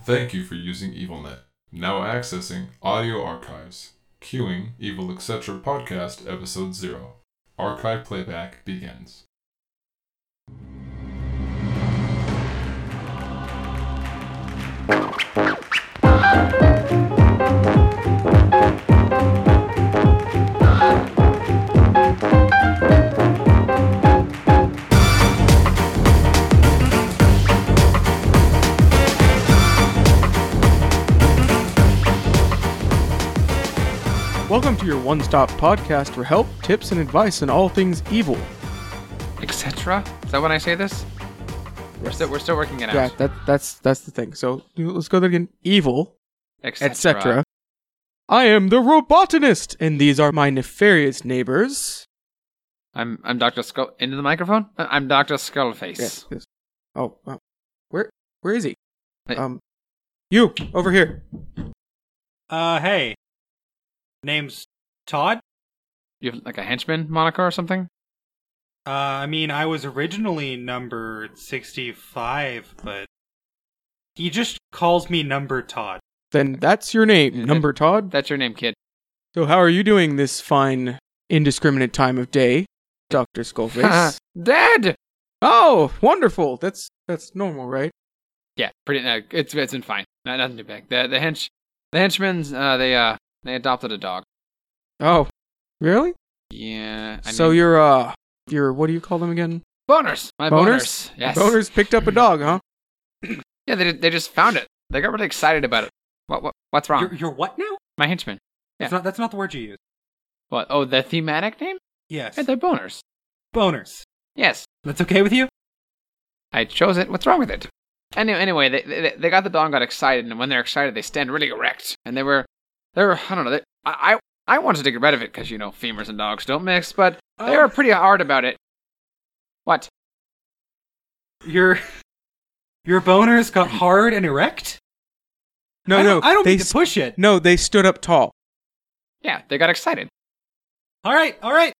Thank you for using EvilNet. Now accessing audio archives. Queuing Evil Etc. Podcast Episode 0. Archive playback begins. Welcome to your one stop podcast for help, tips, and advice on all things evil. etc. Is that when I say this? We're still we're still working it Yeah, out. that, that's that's the thing. So let's go there again. Evil, etc. I am the robotanist, and these are my nefarious neighbors. I'm I'm Doctor Skull into the microphone. I- I'm Doctor Skullface. Yes. yes. Oh, oh, where where is he? Hey. Um, you over here. Uh, hey. Name's Todd. You have like a henchman moniker or something? Uh, I mean, I was originally number 65, but he just calls me number Todd. Then that's your name, Yeah, number Todd. That's your name, kid. So how are you doing this fine, indiscriminate time of day, Doctor Skullface? Dead. oh, wonderful. That's that's normal, right? Yeah, pretty. Uh, it's it's been fine. No, nothing too big. The the hench the henchmen's uh they uh they adopted a dog. Oh, really? Yeah. I so mean- your uh your what do you call them again? boners. My Boners? boners. Yes. Boners picked up a dog, huh? Yeah. They they just found it. They got really excited about it. What what what's wrong? You're, you're what now? My henchman. Yeah. That's, not, that's not the word you use. What? Oh, the thematic name? Yes. Yeah, they're boners. Boners. Yes. That's okay with you? I chose it. What's wrong with it? Anyway, anyway, they they, they got the dog got excited, and when they're excited, they stand really erect, and they were, they were I don't know. They, I, I I wanted to get rid of it because you know femurs and dogs don't mix, but they Oh. were pretty hard about it. What? Oh, Your your boners got hard and erect? No, I no. don't, I don't they mean to s- push it. No, they stood up tall. Yeah, they got excited. All right, all right.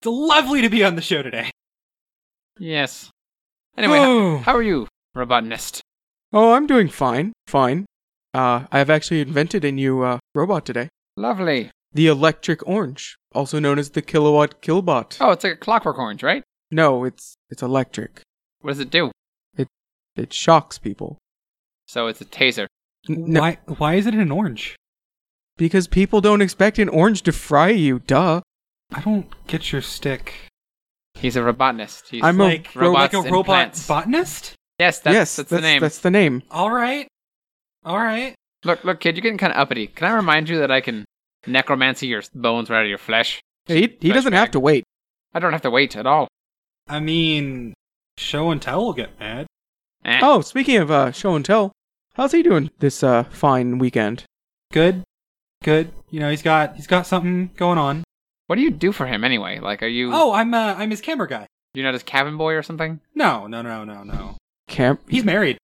It's lovely to be on the show today. Yes. Anyway, Oh. how, how are you, robotanist? Oh, I'm doing fine. Fine. Uh I've actually invented a new uh robot today. Lovely. The electric orange, also known as the kilowatt killbot. Oh, it's like a clockwork orange, right? No, it's it's electric. What does it do? It shocks people. So it's a taser. N- No, Why why is it an orange? because people don't expect an orange to fry you, duh. I don't get your stick. He's a robotanist. He's I'm a like, ro- robots like a and robot plants. botanist? yes, that's, yes, that's the name. That's the name. All right. All right. Look, look, kid, you're getting kind of uppity. Can I remind you that I can necromancy your bones right out of your flesh? He, he doesn't have Flashback. to wait. I don't have to wait at all. I mean, show and tell will get mad. Eh. Oh, speaking of uh show and tell, how's he doing this uh fine weekend? Good. Good. You know, he's got he's got something going on. What do you do for him anyway? Like, are you Oh, I'm uh, I'm his camera guy. you not his cabin boy or something? No, no, no, no, no. Camp He's married.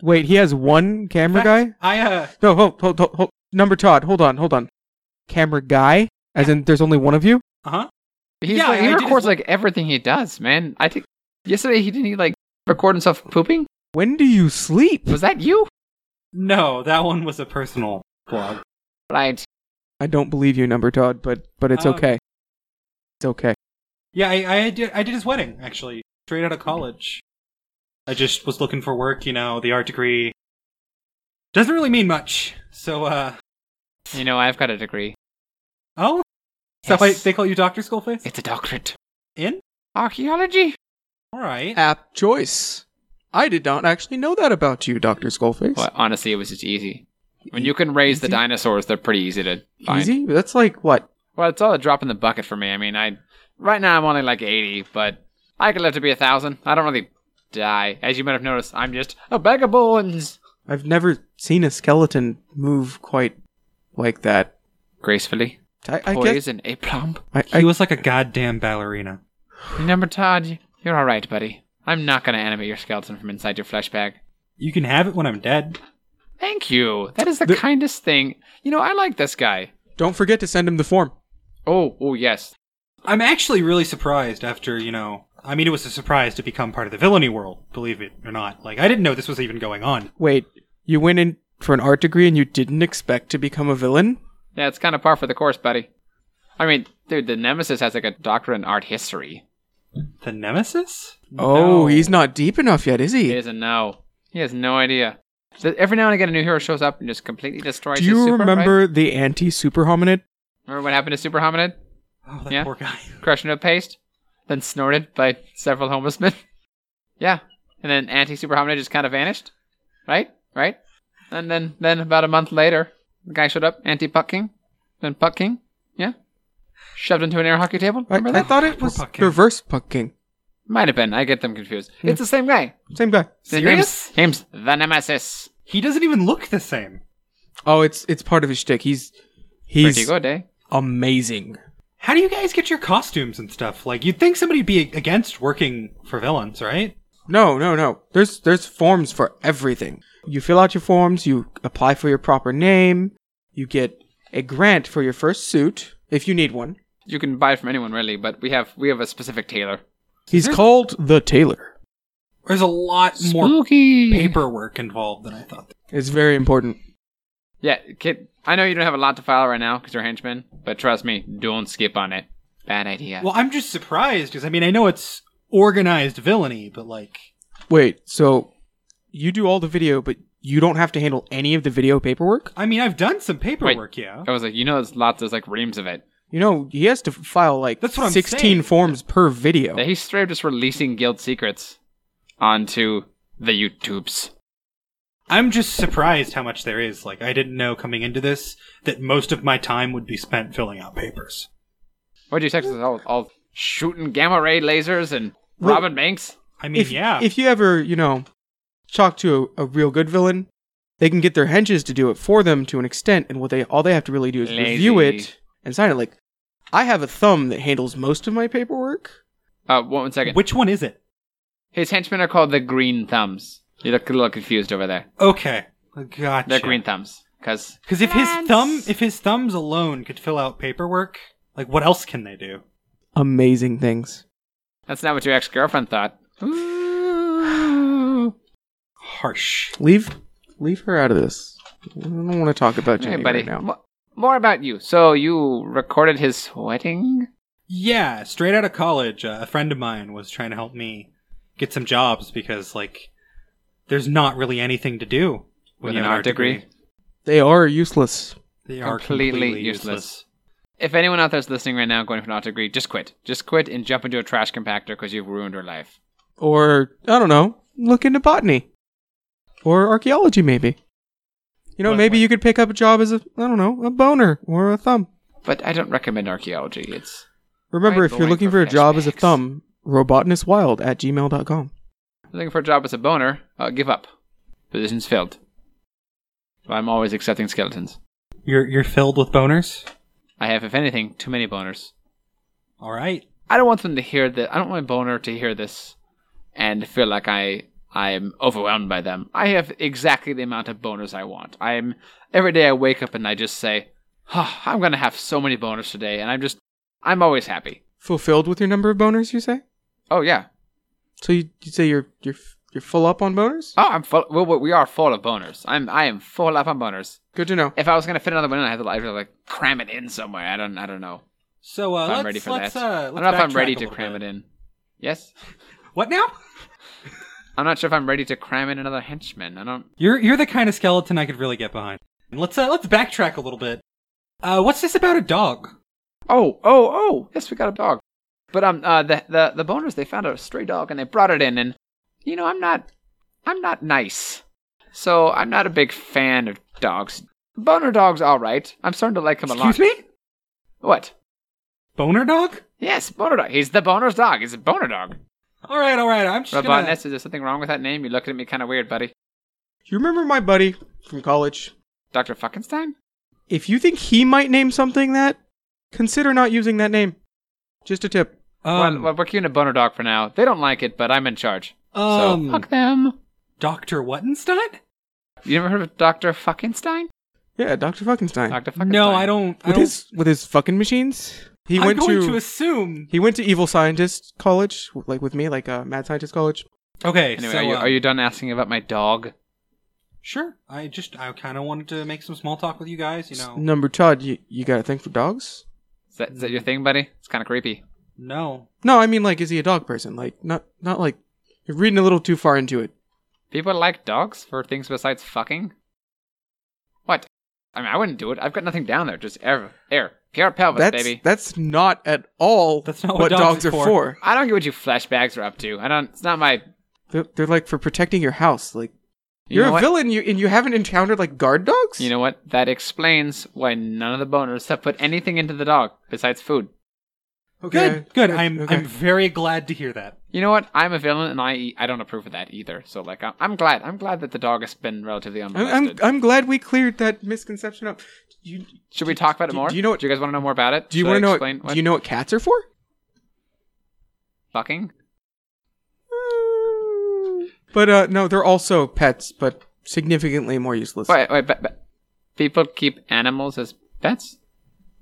Wait, he has one camera guy? Fact, I uh No, hold, hold, hold, hold. Number Todd, hold on, hold on. Camera guy? As in, there's only one of you? uh-huh. He's Yeah, like, I he did his records wo- like everything he does, man. I think yesterday he didn't he like record himself pooping. When do you sleep? Was that you? No, that one was a personal blog. Right. I don't believe you, Number Todd, but but it's Um, okay. It's okay. Yeah, I I did I did his wedding actually, straight out of college. I just was looking for work, you know, the art degree doesn't really mean much. So uh You know, I've got a degree. oh, so I, Yes. they call you Doctor Skullface It's a doctorate. in. Archaeology. All right. Apt choice. I did not actually know that about you, Dr. Skullface. Well, honestly, it was just easy. When you can raise the Easy? dinosaurs, they're pretty easy to find. Easy? That's like, what? Well, it's all a drop in the bucket for me. I mean, I right now I'm only like 80, but I could live to be a thousand. I don't really die, as you might have noticed. I'm just a bag of bones, I've never seen a skeleton move quite like that. gracefully I, I guess. poised and aplomb. I, He I, was like a goddamn ballerina. Remember, Todd, you're all right, buddy. I'm not gonna animate your skeleton from inside your flesh bag. You can have it when I'm dead. Thank you. That is the, The- kindest thing. You know, I like this guy. don't forget to send him the form. Oh, oh yes. I'm actually really surprised after, you know, I mean, it was a surprise to become part of the villainy world, believe it or not. Like, I didn't know this was even going on. Wait, you went in for an art degree and you didn't expect to become a villain? Yeah, it's kind of par for the course, buddy. I mean, dude, the Nemesis has like a doctorate in art history. The Nemesis? Oh, No. he's not deep enough yet, is He he? doesn't know. He has no idea. So every now and again, a new hero shows up and just completely destroys. Do you his super, remember Right? the anti super hominid? Remember what happened to Super Hominid? Oh, that Yeah. poor guy. Crushed into a paste, then snorted by several homeless men. yeah, and then anti Super Hominid just kind of vanished. Right, right. And then, then about a month later, the guy showed up, anti Puck King, then Puck King. Yeah, shoved into an air hockey table. I, Remember I that? thought it Poor was Puck King. reverse Puck King. Might have been. I get them confused. It's the same guy. Same guy. The Serious? Name's, name's the Nemesis. He doesn't even look the same. Oh, it's it's part of his shtick. He's Pretty he's good, eh? amazing. How do you guys get your costumes and stuff? Like, you'd think somebody'd be against working for villains, right? No, no, no. There's there's forms for everything. You fill out your forms, you apply for your proper name, you get a grant for your first suit if you need one. You can buy it from anyone really, but we have we have a specific tailor. He's Mm-hmm. called the tailor. There's a lot more Spooky paperwork involved than I thought. It's very important. Yeah, kid. I know you don't have a lot to file right now because you're henchmen, but trust me, don't skip on it. Bad idea. Well, I'm just surprised because I mean, I know it's organized villainy, but like, Wait, so you do all the video, but you don't have to handle any of the video paperwork? I mean, I've done some paperwork, yeah. I was like, you know, there's lots, there's like reams of it. You know, he has to f- file like That's what I'm 16 saying. forms per Oh. video. He's straight up just releasing guild secrets onto the YouTubes. I'm just surprised how much there is. Like, I didn't know coming into this that most of my time would be spent filling out papers. What'd you text us? All, all shooting gamma ray lasers and Well- robbing banks. I mean, if, yeah, If you ever, you know, talk to a, a real good villain, they can get their henches to do it for them to an extent, and what they all they have to really do is review Lazy. it and sign it. Like, I have a thumb that handles most of my paperwork. Uh, one one second. which one is it? His henchmen are called the Green Thumbs. You look a little confused over there. Okay, gotcha. They're Green Thumbs because Because if his thumb, if his thumbs alone could fill out paperwork, like what else can they do? Amazing things. that's not what your ex girlfriend thought. Ooh. Harsh. Leave, leave her out of this. I don't want to talk about Hey, Jenny buddy. right now. Mo- more about you. So you recorded his wedding? Yeah, straight out of college, uh, a friend of mine was trying to help me get some jobs because like there's not really anything to do With when you an have art degree? They are useless. They are Completely completely, useless. If anyone out there's listening right now going for an art degree, just quit. Just quit and jump into a trash compactor because you've ruined her life. Or I don't know. Look into botany, or archaeology, maybe. You know, What- maybe what- you could pick up a job as a I don't know a boner or a thumb. But I don't recommend archaeology. It's Remember, Right, if but you're like looking for for a job as a flashbacks. thumb, robotanistwild at gmail.com. looking for a job as a boner. Uh, give up. Positions filled. So I'm always accepting skeletons. You're you're filled with boners. I have, if anything, too many boners. All right. I don't want them to hear that. I don't want my boner to hear this and feel like I I am overwhelmed by them. I have exactly the amount of boners I want. I'm every day I wake up and I just say, oh, I'm gonna have so many boners today, and I'm just I'm always happy. Fulfilled with your number of boners, you say? Oh yeah. So you, you say you're you're you're full up on boners? Oh, I'm full. Well, we are full of boners. I'm I am full up on boners. Good to know. If I was gonna fit another one in, I had to, I'd have to like cram it in somewhere. I don't I don't know. So uh, if let's I'm ready for let's that. uh, I let's don't know if I'm backtrack ready a to little cram bit. it in. Yes. What now? I'm not sure if I'm ready to cram in another henchman. I don't. You're you're the kind of skeleton I could really get behind. Let's uh, let's backtrack a little bit. Uh, what's this about a dog? Oh, oh, oh! Yes, we got a dog. But um, uh, the the the boners they found a stray dog and they brought it in, and you know I'm not, I'm not nice, so I'm not a big fan of dogs. Boner dogs, all right. I'm starting to like him a lot. Excuse me, What? boner dog. Yes, boner dog. He's the boner's dog. He's a boner dog. All right, all right. I'm just Robotinus, gonna. is there something wrong with that name? You're looking at me kind of weird, buddy. You remember my buddy from college? Doctor Fuckenstein? If you think he might name something that, consider not using that name. Just a tip. well, Um, well, we're queuing a boner dog for now. They don't like it, but I'm in charge. um, so fuck them. Doctor Wettenstein? You never heard of Doctor Fuckenstein? Yeah, Dr. Fuckenstein. Doctor Fuckenstein. No, I don't. I with don't. his with his fucking machines? He I'm went going to, to, assume. he went to Evil Scientist College, w- like with me, like uh, Mad Scientist College. Okay, Anyway, so are, you, uh, are you done asking about my dog? sure? I just I kind of wanted to make some small talk with you guys. You know, Number Todd, you, you got a thing for dogs? Is that, is that your thing, buddy? It's kind of creepy. no, No, I mean like, is he a dog person? Like, not not like you're reading a little too far into it. People like dogs for things besides fucking. What? I mean, I wouldn't do it. I've got nothing down there. Just air, air, pure pelvis, that's baby. that's not at all That's not what, what dogs, dogs are is for. for. I don't get what you flashbacks are up to. I don't. It's not my. They're, they're like for protecting your house. Like You you're know a what? villain, you and you haven't encountered like guard dogs. You know what? That explains why none of the boners have put anything into the dog besides food. good, good. I'm okay. I'm very glad to hear that. You know what? I'm a villain, and I I don't approve of that either. So like, I'm, I'm glad. I'm glad that the dog has been relatively I'm, uh, unmolested. I'm I'm glad we cleared that misconception up. You, Should we talk about it do- more? do you know what- Do you guys want to know more about it? do you Should I want to know? explain What, Do you know what cats are for? fucking? But uh, no, they're also pets, but significantly more useless. Wait, wait, but, but people keep animals as pets.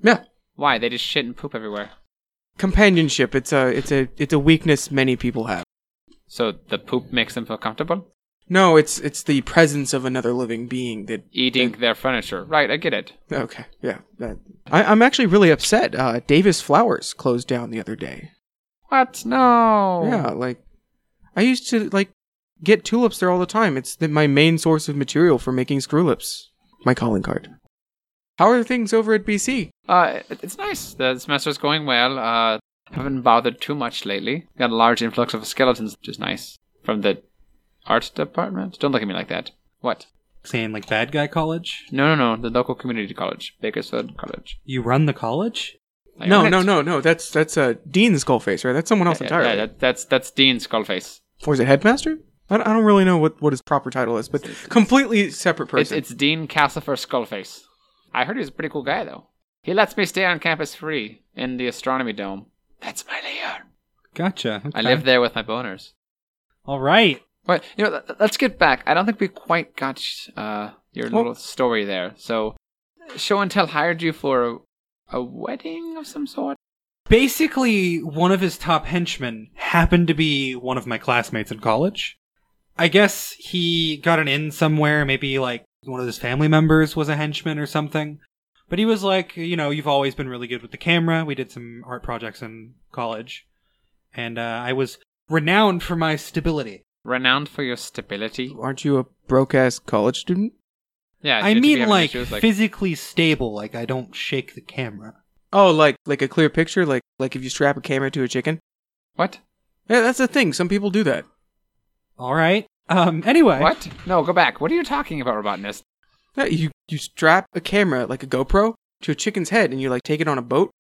Yeah, Why? They just shit and poop everywhere. companionship. It's a it's a it's a weakness many people have. So the poop makes them feel comfortable. No, it's it's the presence of another living being that Eating their furniture. Right, I get it. Okay, yeah. That, I, I'm actually really upset. Uh, Davis Flowers closed down the other day. What? No. Yeah, like I used to like get tulips there all the time. It's the, my main source of material for making screw lips. My calling card. How are things over at BC? Uh, it- it's nice. The semester's going well. Uh, haven't bothered too much lately. Got a large influx of skeletons, which is nice. From the art department. Don't look at me like that. What? Saying like bad guy college. No, no, no. The local community college, Bakersfield College. You run the college. I no, own it. no, no, no. That's that's uh, Dean Skullface, right? That's someone else Yeah, entirely. yeah, that, that's that's Dean Skullface. or is it Headmaster? I don't, I don't really know what, what his proper title is, but completely separate It's, person. it's Dean Casifer Skullface. I heard he's a pretty cool guy though. He lets me stay on campus free in the astronomy dome. That's my lair. Gotcha. I okay. live there with my boners. All right. But you know, th- let's get back. I don't think we quite got uh, your Well- little story there. So, show and tell hired you for a, a wedding of some sort. Basically, one of his top henchmen happened to be one of my classmates in college. I guess he got an in somewhere, maybe like one of his family members was a henchman or something. But he was like, you know, you've always been really good with the camera. We did some art projects in college. And uh, I was renowned for my stability. Renowned for your stability. Aren't you a broke ass college student? Yeah, I did you mean, have any like, issues? physically stable. Like, I don't shake the camera. Oh, like like a clear picture, like like if you strap a camera to a chicken. what? Yeah, that's the thing. Some people do that. All right. Um. Anyway. What? No, go back. What are you talking about, Robotinist? Yeah, you you strap a camera like a GoPro to a chicken's head, and you like take it on a boat,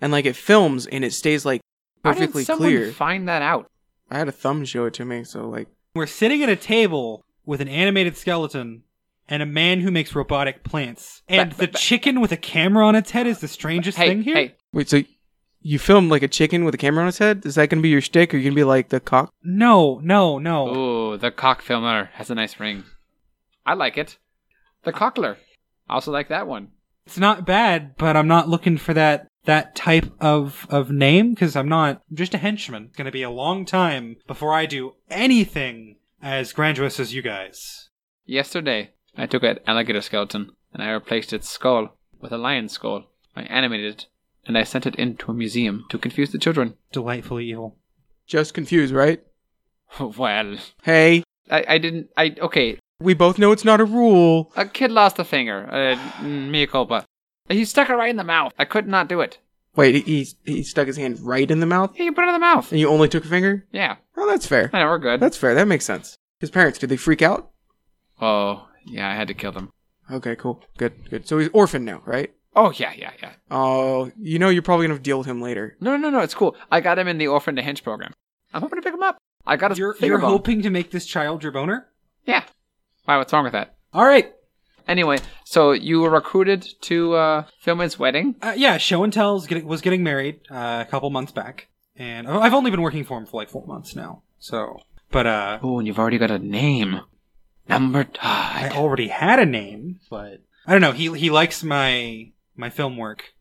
and like it films, and it stays like How perfectly did someone clear. find that out? I had a thumb show it to me, so like We're sitting at a table with an animated skeleton and a man who makes robotic plants. And But- the but- but- chicken with a camera on its head is the strangest hey, thing here. hey, wait, so you filmed like a chicken with a camera on its head? Is that gonna be your shtick, or you gonna be like the cock? No, no, no. Ooh, the cock filmer has a nice ring. I like it. The cockler. I also like that one. It's not bad, but I'm not looking for that that type of of name because I'm not I'm just a henchman. It's going to be a long time before I do anything as grandiose as you guys. Yesterday, I took an alligator skeleton and I replaced its skull with a lion's skull. I animated it and I sent it into a museum to confuse the children. Delightfully evil. Just confused, right? well, Hey, I, I didn't. I okay. we both know it's not a rule. A kid lost a finger. Uh, mm, mea culpa. He stuck it right in the mouth. I could not do it. Wait, he he stuck his hand right in the mouth, He put it in the mouth. and you only took a finger? Yeah. Oh, that's fair. I know, we're good. That's fair. That makes sense. His parents did they freak out? Oh, yeah. I had to kill them. Okay, cool, good, good. So he's orphan now, right? Oh yeah, yeah, yeah. Oh, you know you're probably gonna deal with him later. No, no, no, it's cool. I got him in the Orphan to Hinge program. I'm hoping to pick him up. I got his You're finger you're bone. hoping to make this child your boner? Yeah. Wow, what's wrong with that? All right. Anyway, so you were recruited to uh, film his wedding. Uh, yeah, Show and Tell's getting, was getting married uh, a couple months back, and I- I've only been working for him for like four months now. So, but uh, Oh, and you've already got a name. Number I Todd. already had a name, but I don't know. He he likes my my film work,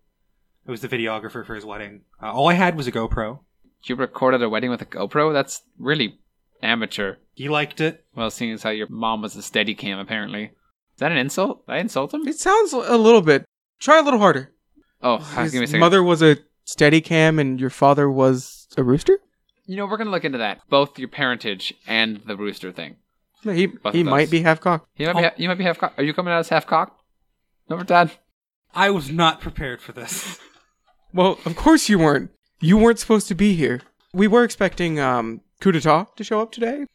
I was the videographer for his wedding. Uh, all I had was a GoPro. You recorded a wedding with a GoPro? That's really amateur. He liked it. Well, seeing as how your mom was a steady cam, apparently. Is that an insult? Did I insult him? It sounds a little bit. Try a little harder. Oh, give me a His second. mother was a steady cam and your father was a rooster? You know, we're going to look into that. Both your parentage and the rooster thing. No, he Both he of might those. be half cocked. You Oh. might be, ha- you might be half cocked. Are you coming out as half cocked? Remember, Dad? I was not prepared for this. Well, of course you weren't. You weren't supposed to be here. We were expecting um coup d'etat to show up today.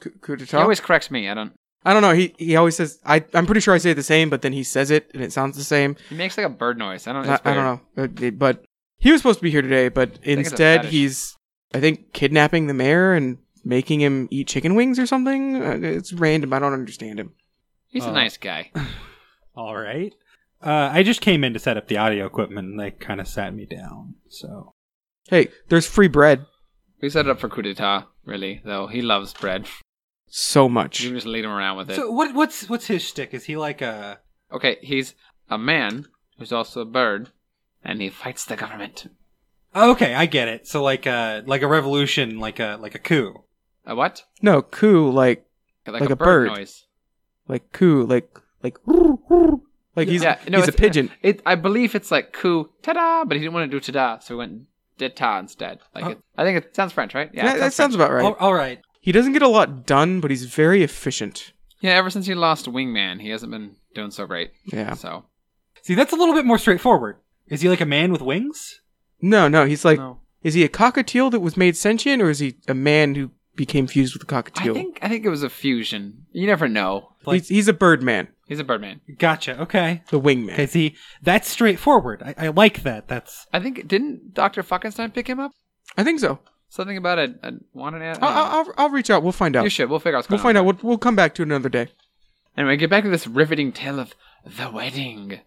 Coup, coup He d'etat. always corrects me. I don't. I don't know. He he always says I I'm pretty sure I say it the same, but then he says it and it sounds the same. He makes like a bird noise. I don't. I, it's I Oh, weird. don't know. But- But he was supposed to be here today, but it's a instead fetish. he's I think kidnapping the mayor and making him eat chicken wings or something. Uh, It's random. I don't understand him. He's a Uh, nice guy. All right. Uh, I just came in to set up the audio equipment, and they kind of sat me down. So Hey, there's free bread We set it up for coup d'état, really. Though he loves bread. so much. You can just lead him around with it. So what what's what's his shtick? Is he like a okay, he's a man who's also a bird, and he fights the government. oh, okay? I get it. So like a like a revolution, like a like a coup. A what? No, coup like Like a bird. noise. like coo like like like he's Yeah, no, he's a it's- pigeon. It, I believe it's like coup ta-da, but he didn't want to do ta-da, so he went deta instead. Like Oh. it, I think it sounds French, right? that, it that French. sounds about right. All, all right. Oh, He doesn't get a lot done, but he's very efficient. Yeah, ever since he lost Wingman, he hasn't been doing so great. Yeah. So See, that's a little bit more straightforward. Is he like a man with wings? No, no, he's like no. is he a cockatiel that was made sentient or is he a man who became fused with a I cockatiel? think I think it was a fusion. You never know. Like, he's, he's a bird man, He's a birdman. gotcha. Okay. the wingman. Okay. See, that's straightforward. I, I like that. That's I think didn't Doctor Frankenstein pick him up? I think so. Something about a, a wanted ad. I'll, I'll, I'll- I'll reach out. We'll find out. You should. We'll figure out. What's We'll going on. find out. We'll, we'll come back to it another day. Anyway, get back to this riveting tale of the wedding.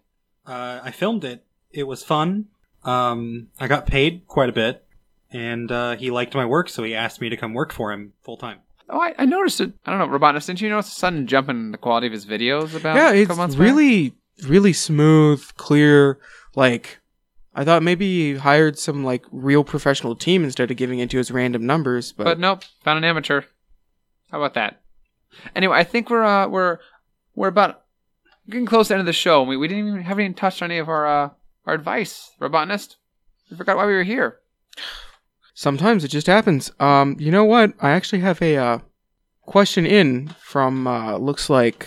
uh, I filmed it. It was fun. Um, I got paid quite a bit, and uh, he liked my work, so he asked me to come work for him full time. Oh, I, I noticed it. I don't know, Robotnik, didn't you notice a sudden jump in the quality of his videos about yeah, a couple it's months back? really, really smooth, clear. Like, I thought maybe he hired some like real professional team instead of giving it to his random numbers. But, But nope, found an amateur. How about that? Anyway, I think we're uh, we're we're about getting close to the end of the show. and We we didn't even haven't even touched on any of our uh, our advice, Robotnist. We forgot why we were here. sometimes it just happens. Um, you know what? I actually have a uh, question in from uh, looks like.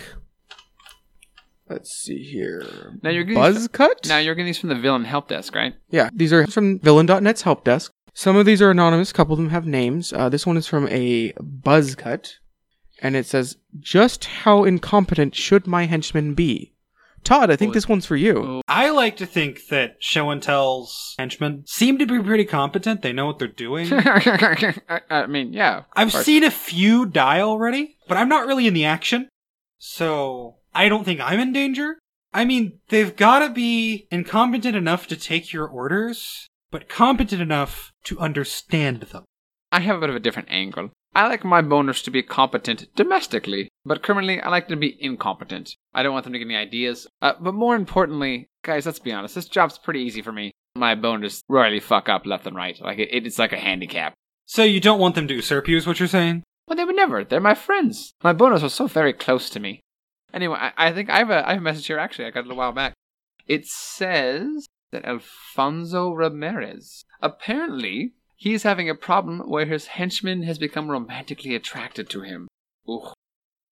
Let's see here. Now you're getting Buzz cut. Now you're getting these from the villain help desk, right? Yeah, these are from villain.net's help desk. Some of these are anonymous, a couple of them have names. Uh, this one is from a buzz cut, and it says, Just how incompetent should my henchman be? Todd, I think Oh, this one's for you. oh. I like to think that show and tell's henchmen seem to be pretty competent. They know what they're doing. I, I mean, yeah. of I've course. seen a few die already, but I'm not really in the action, so I don't think I'm in danger. I mean, they've got to be incompetent enough to take your orders, but competent enough to understand them. I have a bit of a different angle. I like my boners to be competent domestically, but criminally, I like them to be incompetent. I don't want them to get any ideas. Uh, but more importantly, guys, let's be honest, this job's pretty easy for me. My boners royally fuck up left and right. Like, it, it's like a handicap. So you don't want them to usurp you, is what you're saying? But they would never. They're my friends. My boners are so very close to me. Anyway, I, I think I have, a, I have a message here, actually. I got it a while back. It says that Alfonso Ramirez. Apparently, he's having a problem where his henchman has become romantically attracted to him. Ooh.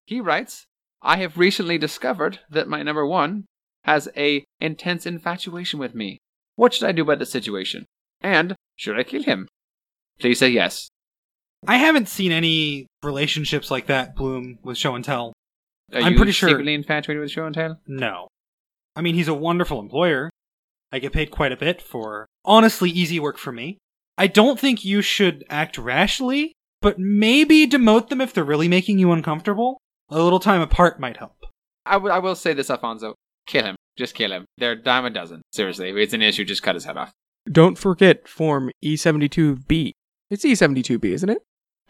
He writes, I have recently discovered that my number one has a intense infatuation with me. What should I do about the situation? And should I kill him? Please say yes. I haven't seen any relationships like that bloom with show and tell. Are I'm you pretty sure- secretly infatuated with show and tell? No. I mean, he's a wonderful employer. I get paid quite a bit for honestly easy work for me. I don't think you should act rashly, but maybe demote them if they're really making you uncomfortable. A little time apart might help. I will- I will say this, Alfonso. Kill him. Just kill him. They're a dime a dozen. Seriously, if it's an issue, just cut his head off. Don't forget Form E E72B. It's E E72B, isn't it?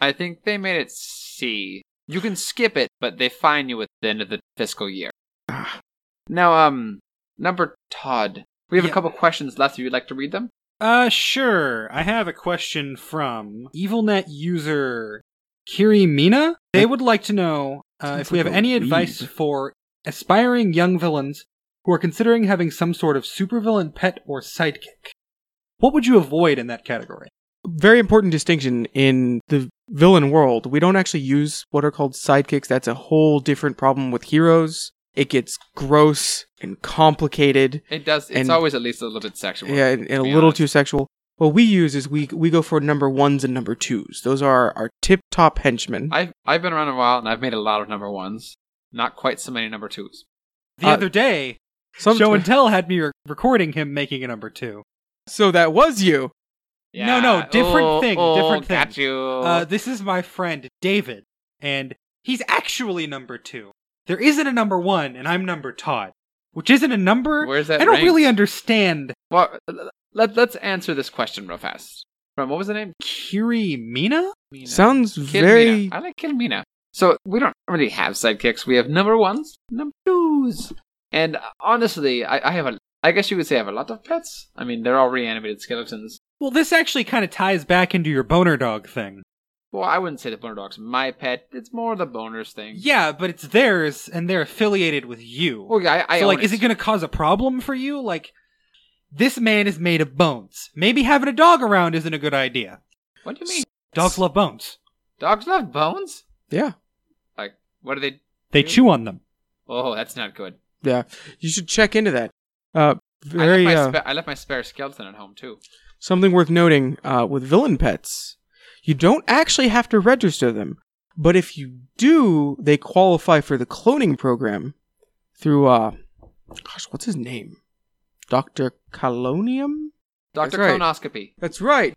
I think they made it C. You can skip it, but they fine you at the end of the fiscal year. Ah. Now, um, number Todd, We have Yeah. a couple questions left. If you'd like to read them, Uh, sure. I have a question from EvilNet user Kirimina. They would like to know uh, Sounds if we like have a any advice weeb. for aspiring young villains who are considering having some sort of supervillain pet or sidekick. What would you avoid in that category? very important distinction in the villain world. We don't actually use what are called sidekicks. That's a whole different problem with heroes. It gets gross and complicated. it does. It's And- always at least a little bit sexual. Yeah, and, and a be little honest. too sexual. What we use is we we go for number ones and number twos. Those are our tip top henchmen. I've I've been around a while and I've made a lot of number ones. Not quite so many number twos. The Uh, other day, Some- Show and Tell had me re- recording him making a number two. so that was you. No, no, different thing, different thing. Oh, Got you. Oh. Uh, this is my friend David, and he's actually number two. There isn't a number one, and I'm number Todd, which isn't a number. Where's that? I don't ranked? really understand Well, let, let's answer this question real fast. From what was the name? Kirimina? Sounds Kid very. Mina. I like Kilmina. So we don't really have sidekicks. We have number ones, number twos, and honestly, I, I have a. I guess you could say I have a lot of pets. I mean, they're all reanimated skeletons. Well, this actually kind of ties back into your boner dog thing. Well, I wouldn't say the boner dog's my pet. It's more the boners thing. Yeah, but it's theirs, and they're affiliated with you. Well, yeah, I, I so, like, own is it going to cause a problem for you? Like, this man is made of bones. Maybe having a dog around isn't a good idea. What do you mean? Dogs love bones. Dogs love bones. Yeah, Like, what are they? They chew on them. Oh, that's not good. yeah. You should check into that. Uh, very. I, left uh, my spa- I left my spare skeleton at home too. Something worth noting uh, with villain pets, you don't actually have to register them, but if you do, they qualify for the cloning program through, uh, gosh, what's his name? Dr. Colonium? Doctor right. colonoscopy. That's right.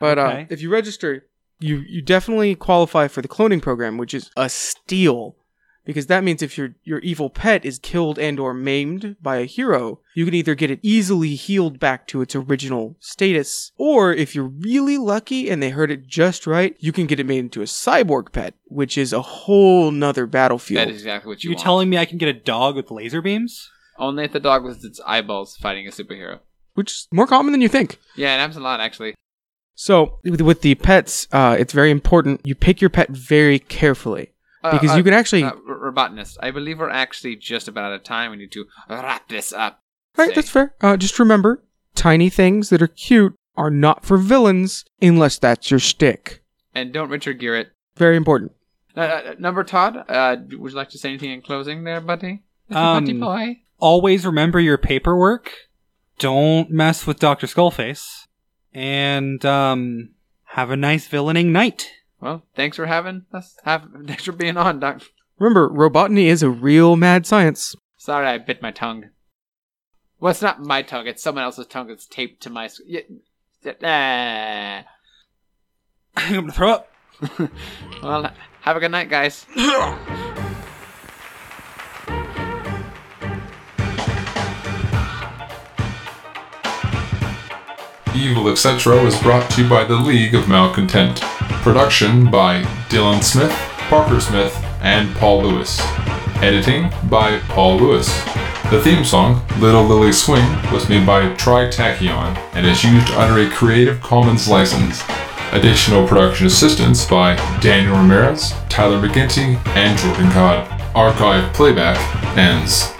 But uh, Okay. if you register, you, you definitely qualify for the cloning program, which is a steal. Because that means if your your evil pet is killed and or maimed by a hero, you can either get it easily healed back to its original status, or if you're really lucky and they hurt it just right, you can get it made into a cyborg pet, which is a whole nother battlefield. That is exactly what you You want. telling me I can get a dog with laser beams? Only if the dog was its eyeballs fighting a superhero. which is more common than you think. Yeah, it happens a lot actually. So with, with the pets, uh, it's very important you pick your pet very carefully. Uh, Because uh, you can actually- uh, r- robotanist. I believe we're actually just about out of time. We need to wrap this up. All right, Say. that's fair. Uh, just remember, tiny things that are cute are not for villains unless that's your shtick. And don't Richard Gear it. Very important. Uh, uh, number Todd. Uh, d- would you like to say anything in closing, there, buddy? Um, buddy boy. always remember your paperwork. Don't mess with Dr. Skullface. And um have a nice villaining night. Well, thanks for having us. Have thanks for being on, Doc. Remember, robotany is a real mad science. Sorry, I bit my tongue. Well, it's not my tongue. It's someone else's tongue that's taped to my. s- y- y- uh, I'm gonna throw up. ah. well, have a good night, guys. Evil Etc. is brought to you by the League of Malcontent. Production by Dylan Smith, Parker Smith, and Paul Lewis. Editing by Paul Lewis. The theme song, Little Lily Swing, was made by Tritachyon and is used under a Creative Commons license. Additional production assistance by Daniel Ramirez, Tyler McGinty, and Jordan Codd. Archive playback ends.